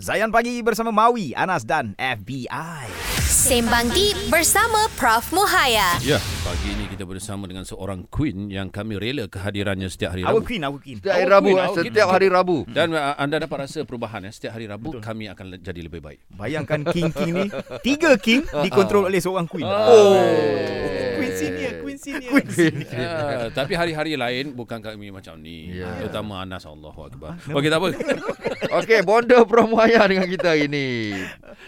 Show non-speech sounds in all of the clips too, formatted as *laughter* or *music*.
Zayan Pagi bersama Maui, Anas dan FBI. Sembang Deep bersama Prof Muhaya. Ya, pagi ini kita bersama dengan seorang queen yang kami rela kehadirannya setiap hari Our Rabu. queen, our queen. Setiap hari Awak Rabu queen, eh, awak Setiap gitu. hari Rabu Dan uh, anda dapat rasa perubahan eh. setiap hari Rabu Betul. kami akan le- jadi lebih *laughs* baik. Bayangkan king-king ni. Tiga king *laughs* dikontrol oleh seorang queen. Oh. Queen senior, Eh. *laughs* queen senior. Ah. Queen senior. Uh, tapi hari-hari lain bukan kami macam ni. Ya. Yeah. Terutama Anas Allahu akbar. Ah, Okey *laughs* tak apa. Okey, bonda Promaya dengan kita hari ni.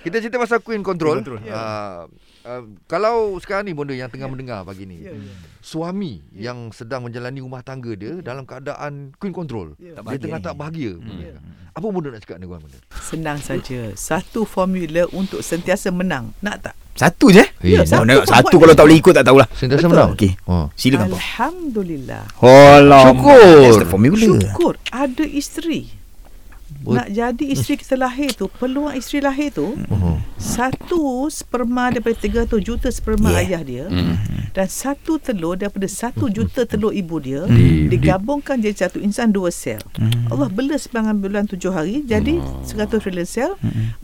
Kita cerita pasal Queen Control. Queen Control, ya. Ah, ah, kalau sekarang ni bonda yang tengah mendengar pagi ni. Ya, Suami yang sedang menjalani rumah tangga Ya. dia dalam keadaan Queen Control. Tak Dia bahagia tengah ni. Hmm. tak bahagia. bonda. Apa bonda nak cakap dengan bonda? Senang saja. Satu formula untuk sentiasa menang. Nak tak? Satu je? eh? Ya, satu, satu satu kalau perempuan je. tak boleh ikut tak tahulah. Sentiasa Betul. menang. Okey. Oh. Silakan Prof. Alhamdulillah. Alamak. Syukur. That's the formula. Syukur ada isteri. Betul. Nak jadi isteri kita lahir tu, peluang isteri lahir tu, Hmm. Oh. satu sperma daripada 300 juta sperma Yeah. Hmm. ayah dia Hmm, dan satu telur daripada satu juta telur ibu dia Hmm. Di- digabungkan jadi satu insan dua sel. Allah bela sembilan bulan tujuh hari jadi 100 trillion sel.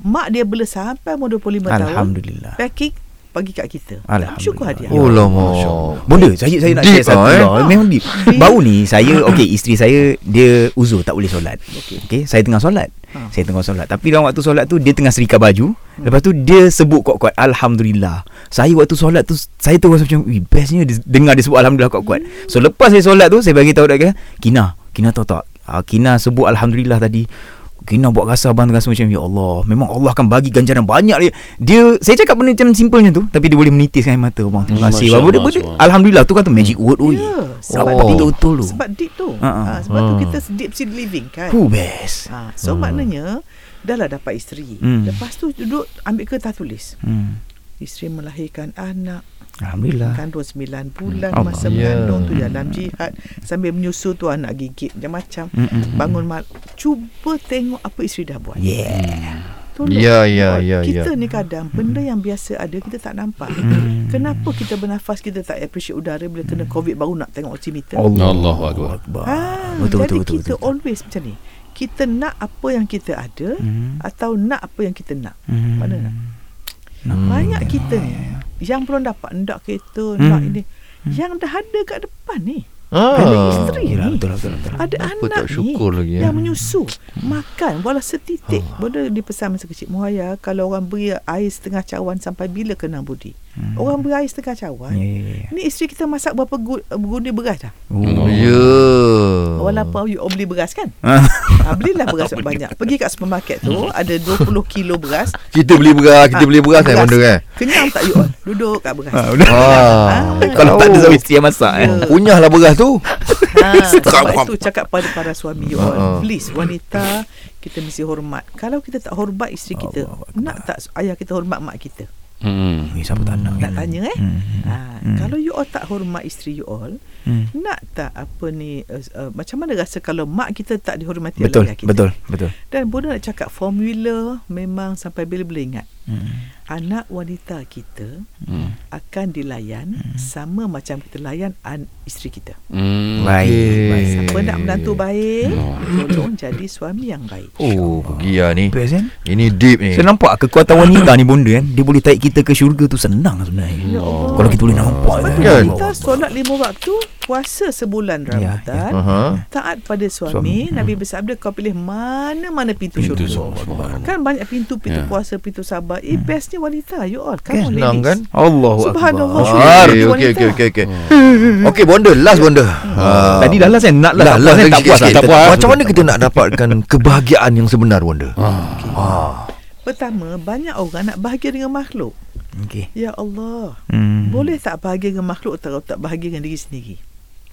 Mak dia bela sampai umur 25 tahun. Hmm. Alhamdulillah. Packing bagi kat kita. Alhamdulillah. Syukur hadiah. Oh lama. Bunda, saya saya nak Deep share satu lah, eh. lah. Memang deep. *laughs* Deep. Baru ni saya okey isteri saya dia uzur tak boleh solat. Okey, okay, saya tengah solat. Ha. Hmm. Saya tengah solat. Tapi dalam waktu solat tu dia tengah serika baju. Lepas tu dia sebut kuat-kuat alhamdulillah. Saya waktu solat tu saya terus macam "Ui, bestnya dia, dengar dia sebut alhamdulillah kuat-kuat. Hmm. So lepas saya solat tu saya bagi tahu dekat Kina, Kina tahu tak? Ah, Kina sebut alhamdulillah tadi. Kina buat rasa abang rasa macam ya Allah Memang Allah akan bagi ganjaran banyak dia Dia Saya cakap benda macam simple macam tu Tapi dia boleh menitiskan air mata abang Terima Hmm, kasih Masya abang Benda- Allah, benda- Abang. Alhamdulillah tu kan tu magic word oi. Ya, Sebab sebab Oh. deep. betul tu. Sebab deep tu. Ha, ha. Ha, sebab tu Ha. kita deep seed living kan. Who best. Ha, so maknanya dah lah dapat isteri. Hmm. Lepas tu duduk ambil kertas tulis. Hmm. Isteri melahirkan anak Alhamdulillah. Kandung 9 bulan Allah. Ya. Masa mengandung tu dalam jihad Sambil menyusu tu anak gigit Macam-macam Mm-mm. Bangun mal Cuba tengok apa isteri dah buat Ya. Yeah. Tolong Ya, ya, buat. ya, Kita ya. ni kadang Benda yang biasa ada Kita tak nampak Hmm. Kenapa kita bernafas Kita tak appreciate udara Bila kena covid Baru nak tengok oximeter Allahu akbar. Akbar. Ah, Betul betul Hmm. jadi betul. kita betul. always macam ni. Kita nak apa yang kita ada Hmm. atau nak apa yang kita nak. Hmm. Mana nak? Banyak kita ni yang belum dapat nak kereta, Hmm. nak ini. Yang dah ada kat depan ni. Ada Ah. isteri Yelah, lah, ni. betul betul betul. Ada Kenapa anak tak syukur ni lagi, eh? Ah. yang menyusu Makan Walau setitik Benda dipesan masa kecil Muhaya Kalau orang beri air setengah cawan Sampai bila kena budi Hmm. Orang beri air setengah cawan Ya, ya, ya. Ni isteri kita masak berapa gu- guni beras dah Oh. Ya. Walaupun you beli beras *laughs* kan Ah. Ah, belilah beras yang banyak. Pergi kat supermarket tu ada 20 kilo beras. Kita beli beras, kita Ah, beli beras eh bonda kan. Kenyang tak you all? Duduk kat beras. *laughs* Ah, betul. Ah. Kalau tak ada suami isteri yang masak eh. Oh. Ya. Kunyahlah beras tu. Ha, *laughs* sebab tu cakap pada para suami you Ah, ah. all. Please wanita kita mesti hormat. Kalau kita tak hormat isteri kita, Allah Akbar. nak tak ayah kita hormat mak kita? Hmm. Ni siapa tak nak. Nak tanya eh. Hmm. Ha, kalau you all tak hormat isteri you all, Hmm. nak tak apa ni uh, uh, macam mana rasa kalau mak kita tak dihormati oleh Betul ayah kita? betul betul. Dan Bunda nak cakap formula memang sampai bila-bila ingat. Hmm. Anak wanita kita Hmm. akan dilayan hmm. sama macam kita layan an- isteri kita. Hmm. Baik. Okey. Baik. Siapa nak menantu baik, Hmm. tolong jadi suami yang baik. Oh, pergi lah ni. Best Eh. kan? Ini deep ni. Saya nampak kekuatan wanita ni bonda kan. Dia boleh tarik kita ke syurga tu senang sebenarnya. Ya Allah. Kalau kita boleh nampak. Sebab tu kan. Kan? kita solat lima waktu, puasa Ya, sebulan Ramadan, Aha. taat pada suami, Nabi bersabda kau pilih mana-mana pintu, Pintu syurga. surga. Kan banyak pintu, pintu Ya. puasa, pintu sabar. Eh, bestnya wanita, you all. Come Kan? on, Senang ladies. kan? Allahu Subhanallah. Akbar. Ah, Syurga okey, wanita. okey, okey, okey, okey. Okey, bonda, last bonda. Ah. Tadi dah last kan? Nak last. Lah, last kan? tak lagi puas lah. sikit-sikit. Tak puas. Macam mana kita nak dapatkan kebahagiaan yang sebenar, bonda? Pertama, banyak orang nak bahagia dengan makhluk. Okey. Ya Allah. Hmm. Boleh tak bahagia dengan makhluk kalau tak bahagia dengan diri sendiri?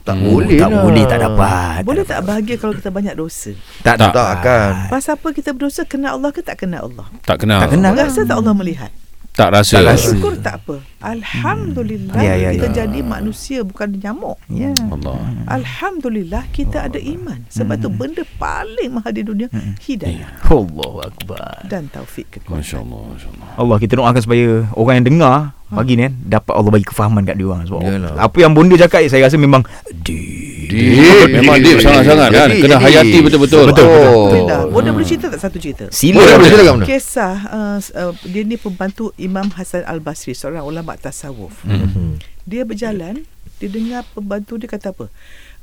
Tak Hmm, boleh Tak lah. boleh tak dapat. Boleh tak bahagia kalau kita banyak dosa? Tak Tak dapat. Tak kan? Pasal apa kita berdosa? Kena Allah ke tak kena Allah? Tak kenal. Tak kenal. kan? Rasa tak Allah melihat? Tak rasa. Tak rasa. Syukur tak apa. Alhamdulillah Ya, ya, kita ya. jadi manusia bukan nyamuk. Ya. Allah. Alhamdulillah Hmm. kita ada iman. Sebab tu benda paling mahal di dunia hidayah Allahu Akbar. Ya. dan taufik kekuatan. Masya Allah. Masya Allah. Allah kita doakan supaya orang yang dengar Pagi ni kan Dapat Allah bagi kefahaman kat dia orang Sebab Yalah. apa yang bonda cakap Saya rasa memang Deep Deep, memang deep sangat-sangat kan. Jadi, Kena jadi. hayati betul-betul. Betul, betul. Oh. Oh. Dah. Boleh boleh cerita tak satu cerita? Sila lah. Boleh, boleh silakan Mona. Kisah uh, s- uh, dia ni pembantu Imam Hasan Al-Basri, seorang ulama tasawuf. Hmm. Dia berjalan, dia dengar pembantu dia kata apa?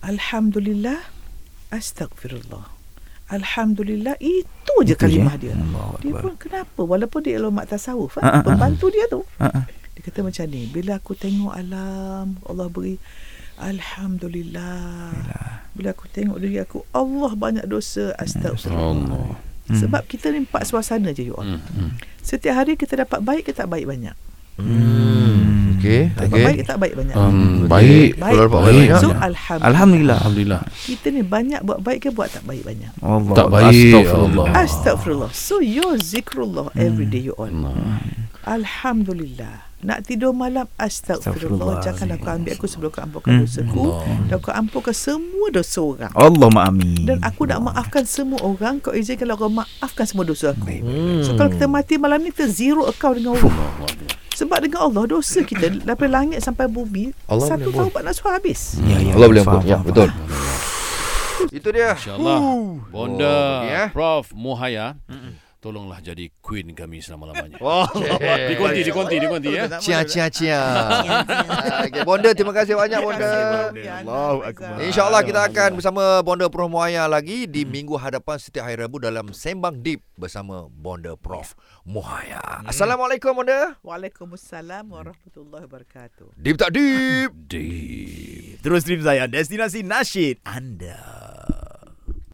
Alhamdulillah, astagfirullah. Alhamdulillah itu je Itu kalimah je. dia. Allahu Dia Akbar. pun kenapa walaupun dia ulama tasawuf Ah, ah, ah, ha? pembantu dia tu. Ah, ah. Dia kata macam ni, bila aku tengok alam, Allah beri alhamdulillah. Bila aku tengok diri aku, Allah banyak dosa, astagfirullah. Allah. Sebab kita ni empat suasana je you all. Hmm, hmm. Setiap hari kita dapat baik ke tak baik banyak. Hmm, Okey, Dapat okey. baik ke tak baik banyak. Um, baik. Baik. Kalau dapat baik So banyak. alhamdulillah. Alhamdulillah Alhamdulillah. Kita ni banyak buat baik ke buat tak baik banyak. Allah Tak baik. Astaghfirullah. Hmm. Allah. Astagfirullah. So your zikrullah every day you all. Allah. Alhamdulillah. Nak tidur malam Astagfirullah. astagfirullah. Janganlah kau ambil aku sebelum kau ampunkan dosaku. Dan kau ampunkan semua dosa orang. Allah ma'ami Dan aku nak maafkan semua orang Kau izinkan lah kau maafkan semua dosa aku hmm. So kalau kita mati malam ni Kita zero account dengan Allah Sebab dengan Allah Dosa kita Dari langit sampai bumi Allah Satu boleh tahun 14 suara habis Ya, ya, Allah boleh faham, ampun. Ya, faham, betul. faham. Itu dia. InsyaAllah. Bonda Oh, okey, eh. Prof Muhaya. Tolonglah jadi queen kami selama-lamanya. Oh, Dikonti, dikonti, dikonti ya. Cia, cia, *laughs* cia. okay, Bonda, terima kasih banyak, Bonda. Ya Allahu Akbar InsyaAllah kita akan bersama Bonda Prof Muhaya lagi di minggu hadapan setiap hari Rabu dalam Sembang Deep bersama Bonda Prof Muhaya. Assalamualaikum, Bonda. Waalaikumsalam Warahmatullahi Wabarakatuh Deep tak deep? Deep. Terus stream saya Destinasi Nasyid Anda